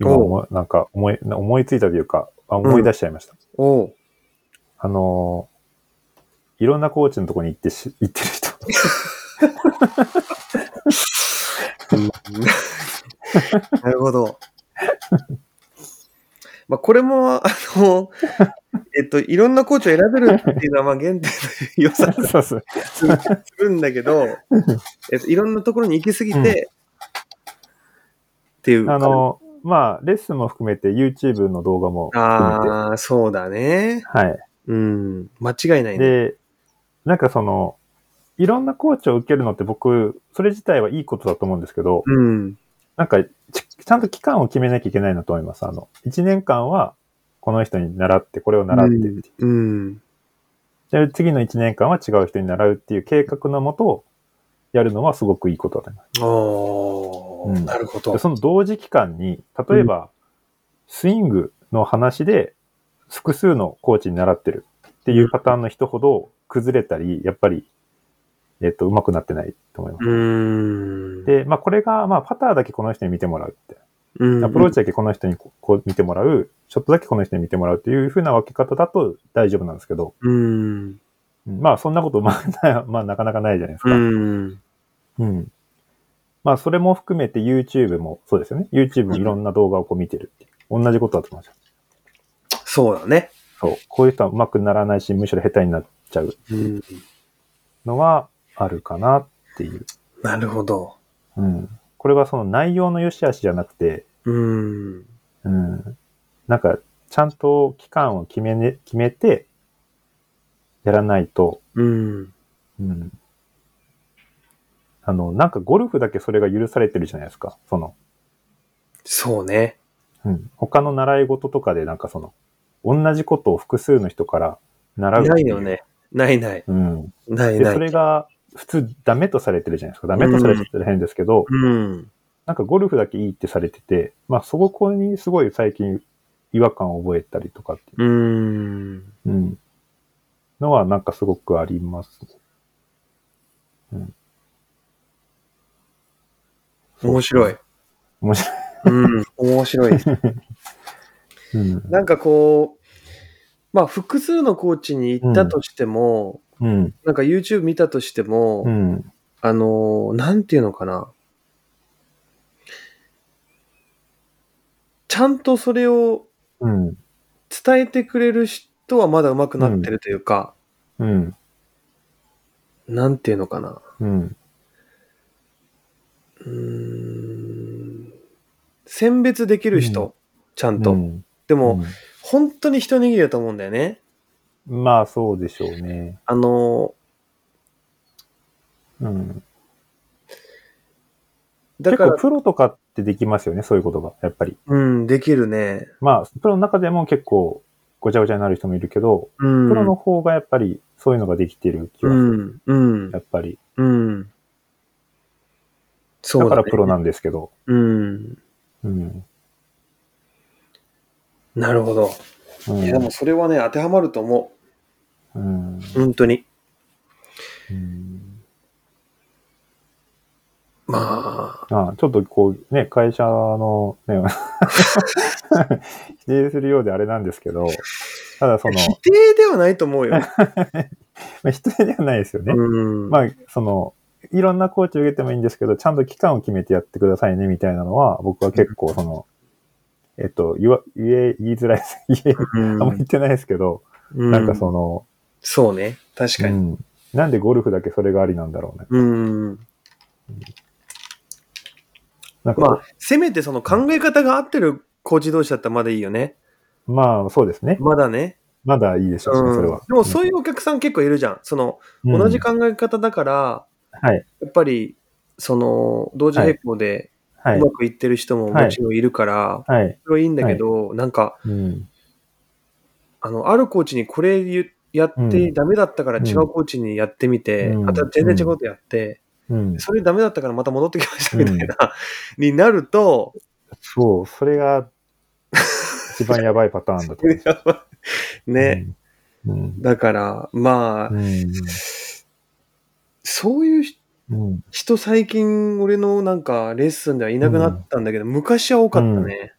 Speaker 2: 今
Speaker 1: おう
Speaker 2: 思い、なんか思い、思いついたというか、あ思い出しちゃいました。
Speaker 1: おう。
Speaker 2: あの、いろんなコーチのとこに行ってし、行ってる人。
Speaker 1: なるほど。 まあ、これも、あ の、えっと、いろんなコーチを選べるっていうのは、まあ、原点の良さが
Speaker 2: そ うそう。
Speaker 1: するするんだけ ど、えっと、いろんなところに行き過ぎて、
Speaker 2: うん
Speaker 1: っていう。
Speaker 2: あ、の、まあ、レッスンも含めて、YouTube の動画も含めて、
Speaker 1: あーそうだね。
Speaker 2: はい。
Speaker 1: うん。間違いないね。
Speaker 2: で、なんかその、いろんなコーチを受けるのって僕、それ自体はいいことだと思うんですけど、
Speaker 1: うん。
Speaker 2: なんかち、ちゃんと期間を決めなきゃいけないなと思います。あの、1年間は、この人に習って、これを習って、
Speaker 1: うん。
Speaker 2: で次の1年間は違う人に習うっていう計画のもと、やるのはすごくいいことだと思い
Speaker 1: ああ、
Speaker 2: ます。うん
Speaker 1: なるほ
Speaker 2: で
Speaker 1: ど。
Speaker 2: その同時期間に、例えば、スイングの話で、複数のコーチに習ってるっていうパターンの人ほど、崩れたり、やっぱり、えっと、上手くなってないと思います。
Speaker 1: うん。
Speaker 2: で、まあ、これが、まあ、パターだけこの人に見てもらうって。
Speaker 1: うん、
Speaker 2: アプローチだけこの人にここう見てもらう、ショットだけこの人に見てもらうっていう風な分け方だと大丈夫なんですけど、
Speaker 1: うん。
Speaker 2: うんまあ、そんなこと、まあ、 なまあ、なかなかないじゃないです
Speaker 1: う
Speaker 2: か。
Speaker 1: ん。
Speaker 2: うん。まあ、それも含めて YouTube も、そうですよね。YouTube もいろんな動画をこう見てるっていう。同じことだと思うんですよ。
Speaker 1: そうだね。
Speaker 2: そう。こういう人は上手くならないし、むしろ下手になっちゃう
Speaker 1: うん。
Speaker 2: のはあるかなっていう。
Speaker 1: なるほど。
Speaker 2: うん。これはその内容の良し悪しじゃなくて、
Speaker 1: うん。
Speaker 2: うん。なんか、ちゃんと期間を決め,、ね、決めて、やらないと、
Speaker 1: うん。
Speaker 2: うん。あの、なんかゴルフだけそれが許されてるじゃないですか。その、
Speaker 1: そうね。
Speaker 2: うん。他の習い事とかでなんかその、同じことを複数の人から習うってう
Speaker 1: ないよ。ね。ないない。
Speaker 2: うん。
Speaker 1: ない
Speaker 2: で、
Speaker 1: な
Speaker 2: それ
Speaker 1: い。
Speaker 2: が普通ダメとされてるじゃないですか。ダメとされてたら変ですけど、
Speaker 1: うん。
Speaker 2: なんかゴルフだけいいってされてて、まあそこにすごい最近違和感を覚えたりとかってい
Speaker 1: う
Speaker 2: う
Speaker 1: ん。
Speaker 2: うん。のはなんかすごくあります。
Speaker 1: 面白い。
Speaker 2: 面白い。
Speaker 1: うん。面白い。
Speaker 2: うん。
Speaker 1: なんかこう、まあ複数のコーチに行ったとしても、
Speaker 2: うん。
Speaker 1: なんか YouTube 見たとしても、
Speaker 2: うん。
Speaker 1: あのーなんていうのかな。ちゃんとそれを
Speaker 2: うん。
Speaker 1: 伝えてくれる人はまだ上手くなってるというか、
Speaker 2: うん。
Speaker 1: なんていうのかな。
Speaker 2: うん。
Speaker 1: うーん選別できる人、
Speaker 2: う
Speaker 1: ちゃんと。
Speaker 2: うん
Speaker 1: でも、本当に一握りだと思うんだよね。
Speaker 2: うんまあそうでしょうね。
Speaker 1: あの、
Speaker 2: うん。
Speaker 1: だ
Speaker 2: 結
Speaker 1: から
Speaker 2: 構、プロとかってできますよね、そういうことが。やっぱり。
Speaker 1: うん、できるね。
Speaker 2: まあ、プロの中でも結構ごちゃごちゃになる人もいるけど、
Speaker 1: うん。
Speaker 2: プロの方がやっぱりそういうのができてる気は
Speaker 1: う
Speaker 2: する。
Speaker 1: ん、うん
Speaker 2: や、っぱり。
Speaker 1: うん。そう
Speaker 2: だ
Speaker 1: だ,、ね、
Speaker 2: からプロなんですけど。
Speaker 1: うん。
Speaker 2: うん。
Speaker 1: なるほど。
Speaker 2: うん
Speaker 1: いや、でもそれはね、当てはまると思
Speaker 2: うん
Speaker 1: う。本当に。
Speaker 2: うん
Speaker 1: まあ、
Speaker 2: あちょっとこうね、会社のね、 否定するようであれなんですけど、ただ その、
Speaker 1: 否定ではないと思うよ。
Speaker 2: まあ否定ではないですよね。
Speaker 1: うん。
Speaker 2: まあ、その、いろんなコーチ受けてもいいんですけど、ちゃんと期間を決めてやってくださいね、みたいなのは、僕は結構その、えっと、言わ、言え、言いづらいです。 言え、
Speaker 1: うん
Speaker 2: あんま言ってないですけど、
Speaker 1: う
Speaker 2: なんかその、
Speaker 1: そうね。確か
Speaker 2: う
Speaker 1: に。
Speaker 2: んなんでゴルフだけそれがありなんだろうね。
Speaker 1: うん。
Speaker 2: なんか、
Speaker 1: まあ、せめてその考え方が合ってるコーチ同士だったらまだいいよね。
Speaker 2: まあ、そうですね。
Speaker 1: まだね。
Speaker 2: まだいいでしょう、
Speaker 1: うん
Speaker 2: それは。
Speaker 1: でもそういうお客さん結構いるじゃん。その、
Speaker 2: うん
Speaker 1: 同じ考え方だから、
Speaker 2: はい。
Speaker 1: やっぱり、その、同時並行で
Speaker 2: は
Speaker 1: う
Speaker 2: い
Speaker 1: ま。くいってる人ももちろんいるから、
Speaker 2: はい。
Speaker 1: それはいいんだけど、なんか、
Speaker 2: うん。
Speaker 1: あの、あるコーチにこれ言うやってダメだったから
Speaker 2: うん
Speaker 1: 違うコーチにやってみて、
Speaker 2: うん
Speaker 1: また全然違うことやって、
Speaker 2: うん。
Speaker 1: それダメだったからまた戻ってきましたみたいな、になると、
Speaker 2: そう、それが、一番やばいパターンだと。
Speaker 1: ね、
Speaker 2: うん。
Speaker 1: だから、まあ、
Speaker 2: うん。
Speaker 1: そういうひ
Speaker 2: うん。
Speaker 1: 人最近俺のなんかレッスンではいなくなったんだけど、昔は多かったね。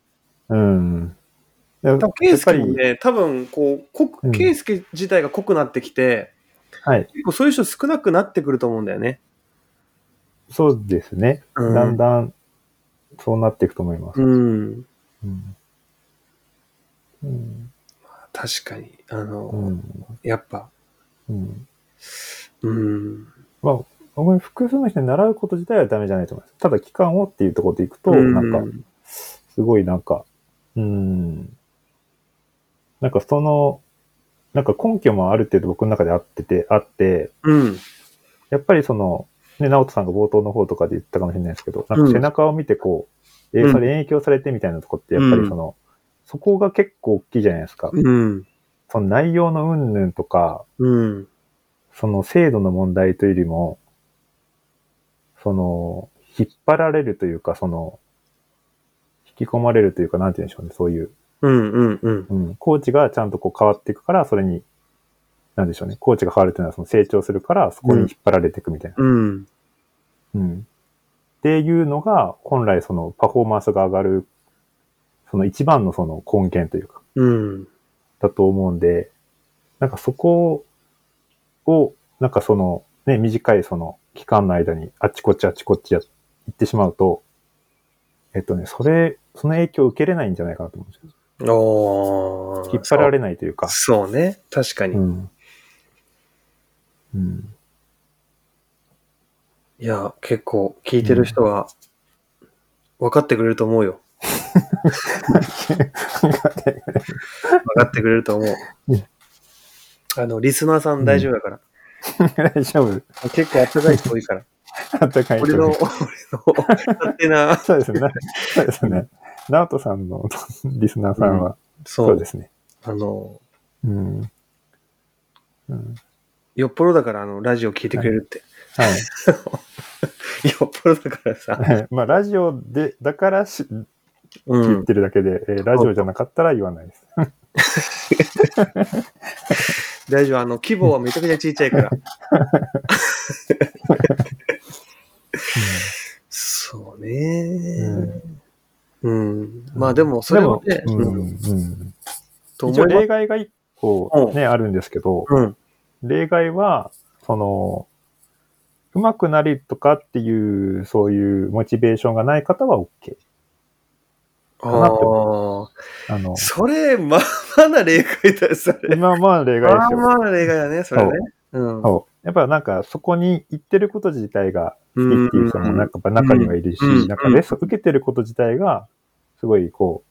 Speaker 2: うん。やっ
Speaker 1: 多分、ケイスケも
Speaker 2: やっぱ
Speaker 1: ね、多分、こう、濃く
Speaker 2: うん
Speaker 1: ケイスケ自体が濃くなってきて、
Speaker 2: りはい。
Speaker 1: 結構そういう人少なくなってくると思うんだよね。
Speaker 2: そうですね。
Speaker 1: うん
Speaker 2: だんだん、そうなっていくと思います。
Speaker 1: うん。
Speaker 2: うん。うん。
Speaker 1: 確かに。あの、
Speaker 2: うん。
Speaker 1: やっぱ、
Speaker 2: うん。
Speaker 1: うん。
Speaker 2: まあ、僕に複数の人に習うこと自体はダメじゃないと思います。ただ、期間をっていうところでいくと、
Speaker 1: うん
Speaker 2: なんか、すごいなんか、うん。なんかその、なんか根拠もある程度僕の中であってて、あって、
Speaker 1: うん。
Speaker 2: やっぱりその、ね、直人さんが冒頭の方とかで言ったかもしれないですけど、なんか背中を見てこう、
Speaker 1: うん
Speaker 2: え、それ影響されてみたいなとこって、やっぱりその、そこが結構大きいじゃないですか。
Speaker 1: うん。
Speaker 2: その内容の云々とか、
Speaker 1: うん。
Speaker 2: その制度の問題というよりも、その、引っ張られるというか、その、引き込まれるというか、なんて言うんでしょうね、そういう。
Speaker 1: うん。うん。うん。
Speaker 2: うん、コーチがちゃんとこう変わっていくから、それに、なんでしょうね、コーチが変わるというのはその成長するから、そこに引っ張られていくみたいな。
Speaker 1: うん。
Speaker 2: うんっていうのが、本来そのパフォーマンスが上がる、その一番のその根源というか、
Speaker 1: うん。
Speaker 2: だと思うんで、なんかそこを、なんかその、ね、短いその期間の間に、あっちこっちあっちこっちや行ってしまうと、えっとね、それ、その影響を受けれないんじゃないかなと思うんですよ。
Speaker 1: おー
Speaker 2: 引っ張られないというか。
Speaker 1: そうね。確かに。
Speaker 2: うん。うん。
Speaker 1: いや、結構聞いてる人は分かってくれると思うよ。分かってくれると思 う
Speaker 2: うん。
Speaker 1: あの、リスナーさん大丈夫だから。
Speaker 2: 大丈夫。
Speaker 1: 結構暖かい人多い から。
Speaker 2: あったかい人
Speaker 1: 俺の、俺の勝手な、
Speaker 2: そうですね。そうですね。ナオトさんのリスナーさんは、
Speaker 1: そ
Speaker 2: そう
Speaker 1: う、
Speaker 2: ですね。
Speaker 1: あの、
Speaker 2: うん。うん、
Speaker 1: よっぽどだから、あの、ラジオ聞いてくれる って。
Speaker 2: は
Speaker 1: よっぽどだからさ。
Speaker 2: い。まあ、ラジオで、だからし、
Speaker 1: う
Speaker 2: 言っ
Speaker 1: ん。
Speaker 2: てるだけで、えーラジオじゃなかったら言わないです。
Speaker 1: 大丈夫。あの、規模はめちゃくちゃちっちゃいから。そうね。うん。まあでも、それはね、
Speaker 2: でもうん
Speaker 1: うん
Speaker 2: うん
Speaker 1: と
Speaker 2: 一
Speaker 1: 思いま
Speaker 2: 応例
Speaker 1: す。
Speaker 2: 外が一個ね、あるんですけど、
Speaker 1: うん。
Speaker 2: 例外は、その、うまくなりとかっていう、そういうモチベーションがない方は OK。
Speaker 1: あ
Speaker 2: なって
Speaker 1: あ。
Speaker 2: あの、
Speaker 1: それ、まあまあな例外だよ、それ。
Speaker 2: 今まあ例外
Speaker 1: ま
Speaker 2: で
Speaker 1: あ
Speaker 2: すよ。
Speaker 1: まあな例外だね、それね。うん。
Speaker 2: そう。やっぱなんか、そこに行ってること自体がいいっていう人も、なんかやっぱ中にはいるし、
Speaker 1: うん
Speaker 2: なんかレッスン受けてること自体が、すごいこ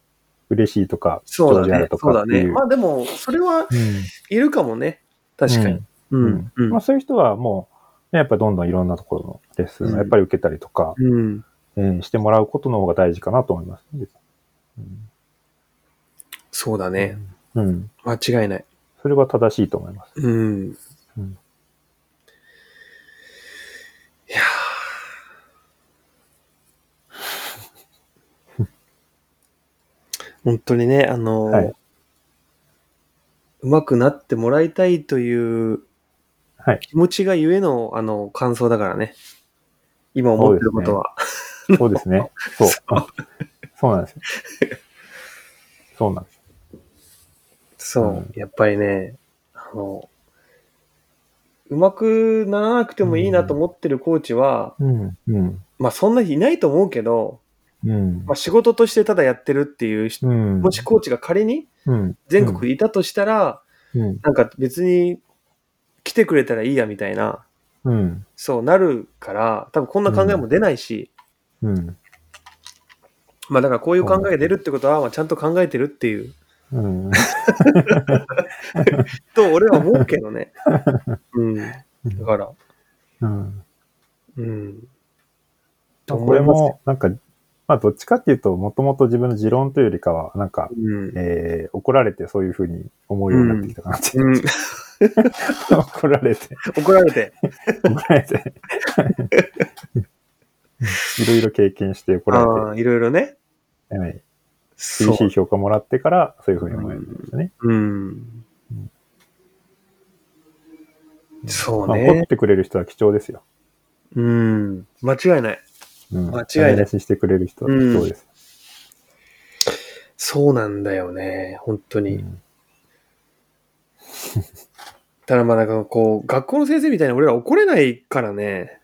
Speaker 2: う、嬉しいとか、
Speaker 1: そうだ
Speaker 2: であ
Speaker 1: ね
Speaker 2: ると、
Speaker 1: そう
Speaker 2: か
Speaker 1: だ
Speaker 2: ってい
Speaker 1: ね。
Speaker 2: う。
Speaker 1: まあでも、それは
Speaker 2: うん
Speaker 1: いるかもね。確かに。うん。う
Speaker 2: うん
Speaker 1: ん
Speaker 2: まあ、。そういう人はもう、ね、やっぱどんどんいろんなところのレッスン
Speaker 1: うん
Speaker 2: をやっぱり受けたりとか、
Speaker 1: うん。
Speaker 2: えーしてもらうことの方が大事かなと思います。うん
Speaker 1: そうだね。。
Speaker 2: うん。
Speaker 1: 間違いない。
Speaker 2: それは正しいと思います。
Speaker 1: うん。
Speaker 2: うん
Speaker 1: いやー 本当にね、あのー
Speaker 2: はい
Speaker 1: 上手くなってもらいたいという
Speaker 2: はい
Speaker 1: 気持ちがゆえの、あの、感想だからね。今思ってることは。
Speaker 2: そうですね。そう。あそうなんですよ。そうなんですよ。
Speaker 1: そう,、
Speaker 2: うん
Speaker 1: やっぱりね、あの、うまくならなくてもいいなと思ってるコーチは、
Speaker 2: うん。うん。
Speaker 1: まあそんな日いないと思うけど、
Speaker 2: うん
Speaker 1: まあ仕事としてただやってるっていう人、
Speaker 2: うん。
Speaker 1: もしコーチが仮に
Speaker 2: うん、
Speaker 1: 全国にいたとしたら、
Speaker 2: うん。
Speaker 1: なんか別に来てくれたらいいやみたいな、
Speaker 2: うん。
Speaker 1: そうなるから、多分こんな考えも出ないし、
Speaker 2: うん。
Speaker 1: まあだからこういう考えが出るってことは、まあちゃんと考えてるっていう、
Speaker 2: うん。
Speaker 1: と俺は思うけど ね。うん。だから、
Speaker 2: うん。
Speaker 1: うん。
Speaker 2: まあこれも、なんか、まあ、どっちかっていうと、もともと自分の持論というよりかは、なんか、
Speaker 1: うん。
Speaker 2: えー、怒られてそういうふうに思うようになってきたかなって。
Speaker 1: うん、
Speaker 2: 怒られて、
Speaker 1: 怒られて。
Speaker 2: 怒られて。 いろいろ経験して怒ら
Speaker 1: ああ、いろいろね。
Speaker 2: れて、はい
Speaker 1: そ
Speaker 2: 厳
Speaker 1: う
Speaker 2: しい評価もらってから、そういうふうに思えるんですよね。
Speaker 1: うん。そう
Speaker 2: まあ、怒っ
Speaker 1: ね。
Speaker 2: てくれる人は貴重ですよ。
Speaker 1: うん。間違いない。
Speaker 2: うん、
Speaker 1: 間違いない
Speaker 2: ダメ出ししてくれる人は貴重です。
Speaker 1: そうなんだよね。本当
Speaker 2: う
Speaker 1: に。
Speaker 2: ん
Speaker 1: ただまあなんかこう、学校の先生みたいに俺ら怒れないから ね。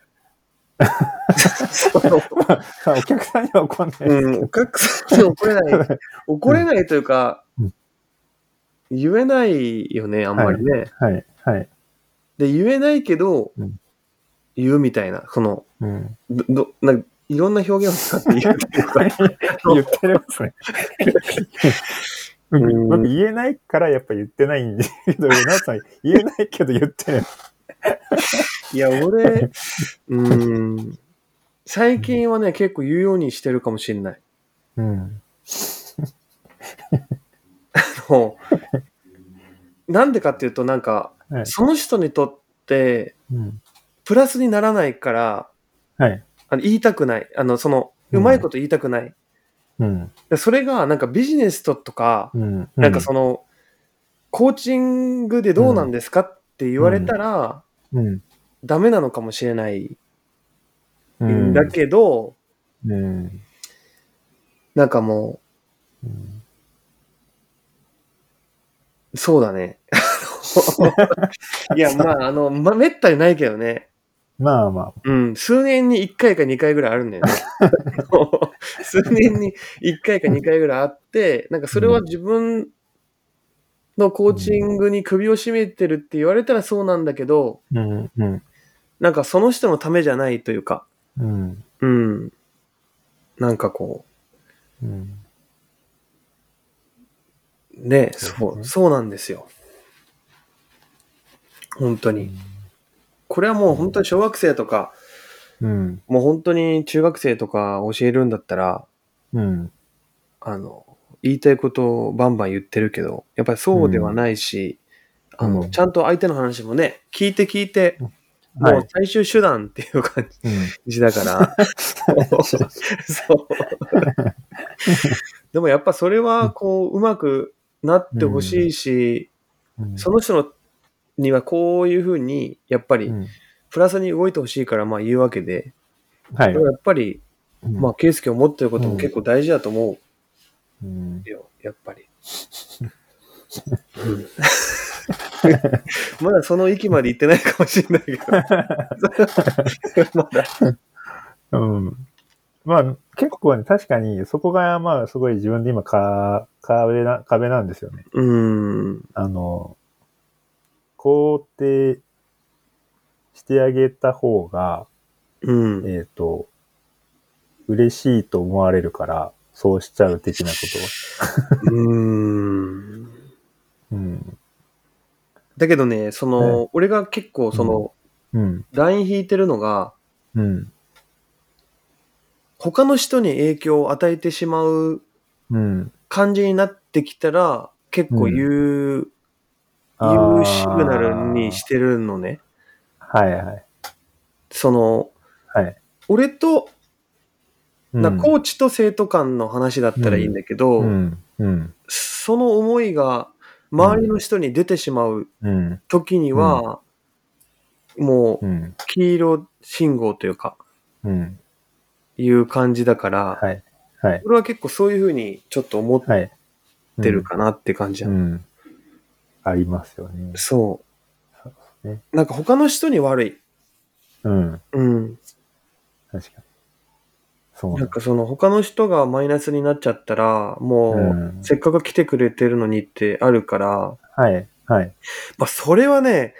Speaker 1: そう
Speaker 2: まあお客さんには怒んないですけど
Speaker 1: うん、お客さんに怒れ ない。怒れないというか
Speaker 2: うん、
Speaker 1: 言えないよね、あんまりね。
Speaker 2: はい、はい。
Speaker 1: で、言えないけど
Speaker 2: うん、
Speaker 1: 言うみたいな、その、
Speaker 2: うん。
Speaker 1: ど、どなんかいろんな表現を使って 言うっていうか、
Speaker 2: 言ってま すね。
Speaker 1: うん
Speaker 2: 僕言えないからやっぱ言ってないんですけど、なおさん言えないけど言ってる。
Speaker 1: いや、俺、うーん、最近はね、結構言うようにしてるかもしれない。
Speaker 2: うん。
Speaker 1: あのなんでかっていうと、なんか、
Speaker 2: はい。
Speaker 1: その人にとって、
Speaker 2: うん、
Speaker 1: プラスにならないから、
Speaker 2: はい。
Speaker 1: あの言いたくない。あの、その、
Speaker 2: うん
Speaker 1: うまいこと言いたくない。
Speaker 2: うん。
Speaker 1: でそれが、なんかビジネスととか、
Speaker 2: うん。
Speaker 1: なんかその、コーチングでどうなんですかって言われたら、
Speaker 2: うん。
Speaker 1: ダメなのかもしれない
Speaker 2: うん。
Speaker 1: んだけど、
Speaker 2: うん。
Speaker 1: なんかも
Speaker 2: うん。
Speaker 1: う、そうだね。 いや、まあ、あの、ま、めったにないけどね。
Speaker 2: まあまあ。
Speaker 1: うん、数年に1回か2回ぐらいあるんだよ ね。数年に1回か2回ぐらいあって、なんかそれは自分のコーチングに首を絞めてるって言われたらそうなんだけど、
Speaker 2: うん。うん。
Speaker 1: なんかその人のためじゃないというか、
Speaker 2: うん。
Speaker 1: うん。なんかこ
Speaker 2: うん。
Speaker 1: う、ね、
Speaker 2: そ
Speaker 1: そう
Speaker 2: ですね
Speaker 1: う、そうなんですよ。本当に。これはもう本当に小学生とか、
Speaker 2: うん。
Speaker 1: もう本当に中学生とか教えるんだったら、
Speaker 2: うん。
Speaker 1: あの、言いたいことをバンバン言ってるけど、やっぱりそうではないし、
Speaker 2: うん
Speaker 1: あ
Speaker 2: う
Speaker 1: の、
Speaker 2: ん
Speaker 1: ちゃんと相手の話もね、聞いて聞いて、
Speaker 2: は
Speaker 1: もう
Speaker 2: い。
Speaker 1: 最終手段っていう感じだから、 そう。そう でもやっぱそれは、こう、うまくなってほしいし、
Speaker 2: うん。
Speaker 1: その人のにはこういうふうに、やっぱり、プラスに動いてほしいから、まあ言うわけで、
Speaker 2: はい
Speaker 1: で。もやっぱり、まあ、圭介を持ってることも結構大事だと思う
Speaker 2: うん。
Speaker 1: よ、やっぱり。 まだその域まで行ってないかもしれないけど。まだ。
Speaker 2: うん。まあ、結構ね、確かに、そこが、まあ、すごい自分で今、か、壁な、壁なんですよね。
Speaker 1: うーん。
Speaker 2: あの、肯定してあげた方が、
Speaker 1: うん。
Speaker 2: えっ、と、嬉しいと思われるから、そうしちゃう的なこ
Speaker 1: うーん。
Speaker 2: とは。うん。
Speaker 1: だけどね、その、俺が結構その、
Speaker 2: うん。
Speaker 1: ライン引いてるのが、
Speaker 2: うん。
Speaker 1: 他の人に影響を与えてしまう
Speaker 2: うん。
Speaker 1: 感じになってきたら、結構言う、
Speaker 2: あー
Speaker 1: 言うシグナルにしてるのね。
Speaker 2: はいはい。
Speaker 1: その、
Speaker 2: はい。
Speaker 1: 俺と
Speaker 2: うん
Speaker 1: なコーチと生徒間の話だったらいいんだけど、
Speaker 2: うん。うん。
Speaker 1: その思いが周りの人に出てしまう
Speaker 2: うん、
Speaker 1: 時には、もう、
Speaker 2: うん、
Speaker 1: 黄色信号というか、
Speaker 2: うん。
Speaker 1: いう感じだから、
Speaker 2: はい、はい、
Speaker 1: 俺は結構そういうふうにちょっと思っ
Speaker 2: はい。
Speaker 1: てるかなって感じや、
Speaker 2: うん。ありますよね。
Speaker 1: そ
Speaker 2: そう
Speaker 1: う
Speaker 2: ですね。
Speaker 1: なんか他の人に悪い。
Speaker 2: うん、
Speaker 1: うん。
Speaker 2: 確かに。そう
Speaker 1: な
Speaker 2: なんんだ
Speaker 1: かその他の人がマイナスになっちゃったら、
Speaker 2: う
Speaker 1: も
Speaker 2: ん
Speaker 1: う、せっかく来てくれてるのにってあるから、
Speaker 2: はい、はい。
Speaker 1: まあそれはね、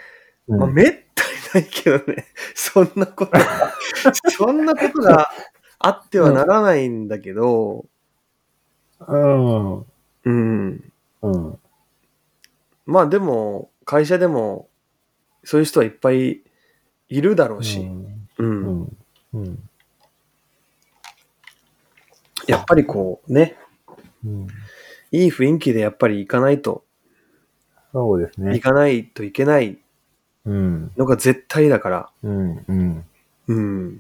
Speaker 2: うん
Speaker 1: まあ、めったにないけどね、 そんなこと、そんなことがあってはならないんだけど、
Speaker 2: うん、う
Speaker 1: うん。
Speaker 2: ん。
Speaker 1: まあでも、会社でも、そういう人はいっぱいいるだろう
Speaker 2: う
Speaker 1: し、
Speaker 2: ん
Speaker 1: うん。
Speaker 2: うん、うん、
Speaker 1: やっぱりこう、ね、
Speaker 2: うん。
Speaker 1: いい雰囲気でやっぱり行かないと、
Speaker 2: そうです
Speaker 1: 行
Speaker 2: ね。
Speaker 1: かないといけない
Speaker 2: うん、
Speaker 1: のが絶対だから、
Speaker 2: うん、うん。
Speaker 1: うん。っ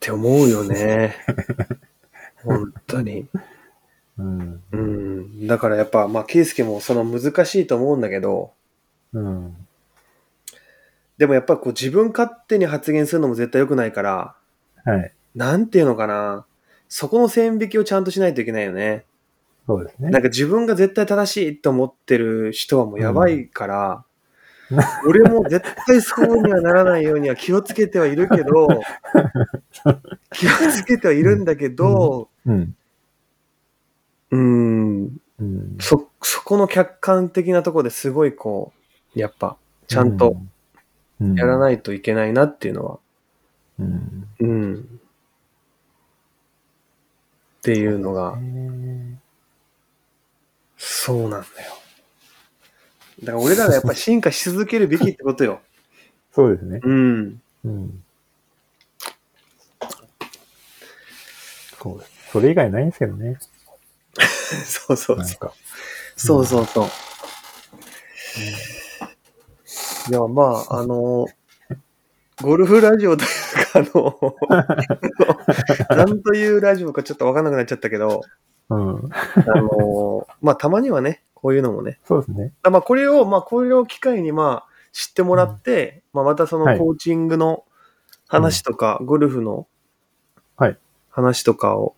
Speaker 1: て思うよね。本当に。
Speaker 2: うん、
Speaker 1: うん。だからやっぱ、まあ、ケイスケもその難しいと思うんだけど、
Speaker 2: うん。
Speaker 1: でもやっぱこう自分勝手に発言するのも絶対良くないから、
Speaker 2: はい。
Speaker 1: なんていうのかな。そこの線引きをちゃんとしないといけないよね。
Speaker 2: そうですね。
Speaker 1: なんか自分が絶対正しいと思ってる人はもうやばいから、俺も絶対そうにはならないようには気をつけてはいるけ ど、気をつけてはいるんだけど、
Speaker 2: うん、
Speaker 1: うん、
Speaker 2: うん。
Speaker 1: そ、そこの客観的なところですごいこう、やっぱ、ちゃんと
Speaker 2: うん、
Speaker 1: やら
Speaker 2: い。
Speaker 1: ないといけないなっていうのは、
Speaker 2: うん。
Speaker 1: うん。っていうのが、そうなんだよ。だから俺らがやっぱ進化し続けるべきってことよ。
Speaker 2: そうですね。
Speaker 1: うん。
Speaker 2: うん。そうです。それ以外ないんですけどね。
Speaker 1: そうそう
Speaker 2: なん
Speaker 1: そう。
Speaker 2: か。
Speaker 1: そうそうそう。いや、まあ、あの、ゴルフラジオというか、あ の、なんというラジオかちょっとわかんなくなっちゃったけど、
Speaker 2: うん。
Speaker 1: あの、まあ、たまにはね、こういうのもね、
Speaker 2: そうですね。
Speaker 1: あまあ、これを、まあ、これを機会に、まあ、知ってもらって、まあ、またそ
Speaker 2: は
Speaker 1: の
Speaker 2: い
Speaker 1: コーチングの話とか、ゴルフの
Speaker 2: はい
Speaker 1: 話とかを、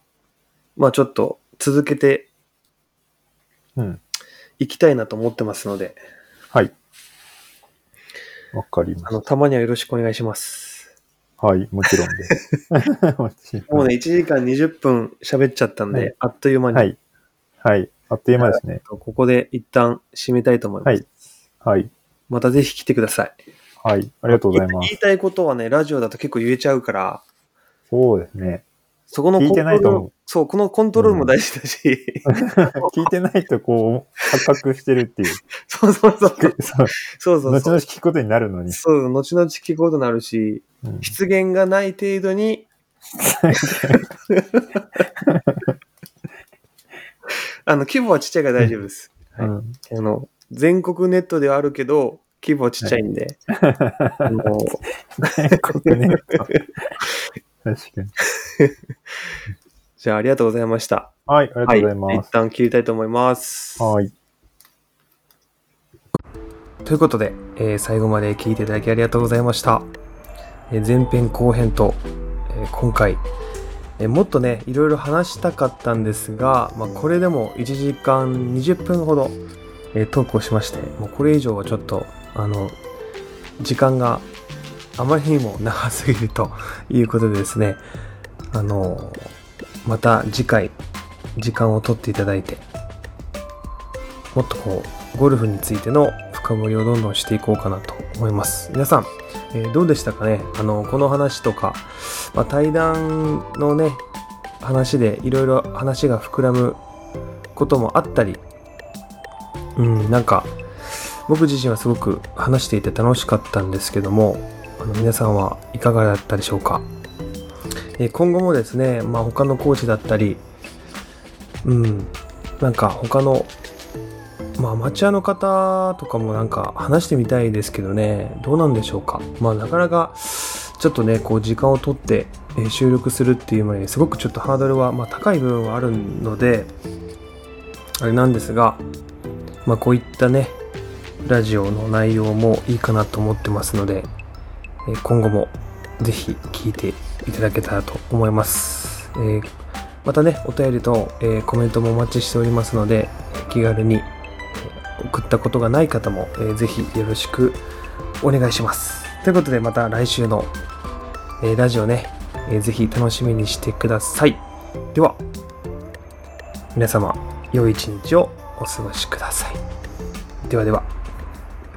Speaker 1: まあ、ちょっと続けて
Speaker 2: うん。
Speaker 1: いきたいなと思ってますので、
Speaker 2: はい。わかりま
Speaker 1: あ
Speaker 2: し
Speaker 1: の、たまにはよろしくお願いします。
Speaker 2: た。はい。もちろんです。もちろん
Speaker 1: もうね、1時間20分喋っちゃったんで、
Speaker 2: はい
Speaker 1: あっという間に、
Speaker 2: はい。はい。あっという間 ですね。
Speaker 1: ここで一旦締めたいと思います。
Speaker 2: はい。はい。
Speaker 1: またぜひ来てください。
Speaker 2: はい。ありがとうございま
Speaker 1: 言
Speaker 2: す。
Speaker 1: いたいことはね、ラジオだと結構言えちゃうから、
Speaker 2: そうですね。
Speaker 1: そこの
Speaker 2: 聞いてない
Speaker 1: コ
Speaker 2: と
Speaker 1: ントロールそう、このコントロールも大事だし、
Speaker 2: 聞いてないとこう、発覚してるっていう。
Speaker 1: そうそうそう。
Speaker 2: そう
Speaker 1: そうそう
Speaker 2: 後
Speaker 1: そう。
Speaker 2: 々聞くことになるのに。
Speaker 1: そう、後々聞くことになるし、
Speaker 2: うん
Speaker 1: 失言がない程度 に、あの、規模はちっちゃいから大丈夫です。はい
Speaker 2: うん
Speaker 1: あの、全国ネットではあるけど、規模はちっちゃいんで、あ の
Speaker 2: 国ネット。確かに。
Speaker 1: じゃあありがとうございました。
Speaker 2: はい、ありがとうござい
Speaker 1: はい、
Speaker 2: ま
Speaker 1: 一
Speaker 2: す。
Speaker 1: 旦切りたいと思います。
Speaker 2: はい。
Speaker 1: ということで、えー最後まで聞いていただきありがとうございました。えー前編後編と、えー今回、えーもっとね、いろいろ話したかったんですが、まあ、これでも1時間20分ほど、えートークをしまして、もうこれ以上はちょっと、あの、時間があまりにも長すぎると いうことでですね、あの、また次回、時間を取っていただいて、もっとこうゴルフについての深掘りをどんどんしていこうかなと思います皆さん、えーどうでしたかねあのこの話とか、まあ、対談のね話でいろいろ話が膨らむこともあったりうんなんか僕自身はすごく話していて楽しかったんですけどもあの皆さんはいかがだったでしょうか、えー今後もですね、まあ、他のコーチだったりうんなんか他のまあ、アマチュアの方とかもなんか話してみたいですけどね、どうなんでしょうか。まあ、なかなか、ちょっとね、こう、時間を取って、えー収録するっていうまでに、すごくちょっとハードルは、まあ、高い部分はあるので、ああれなんですが、まあ、こういったね、ラジオの内容もいいかなと思ってますので、えー今後もぜひ聞いていただけたらと思います。えーまたね、お便りと、えーコメントもお待ちしておりますので、気軽にえー送ったことがない方も、えーぜひよろしくお願いします。ということで、また来週の、えーラジオね、えーぜひ楽しみにしてください。では、皆様、良い一日をお過ごしください。ではでは。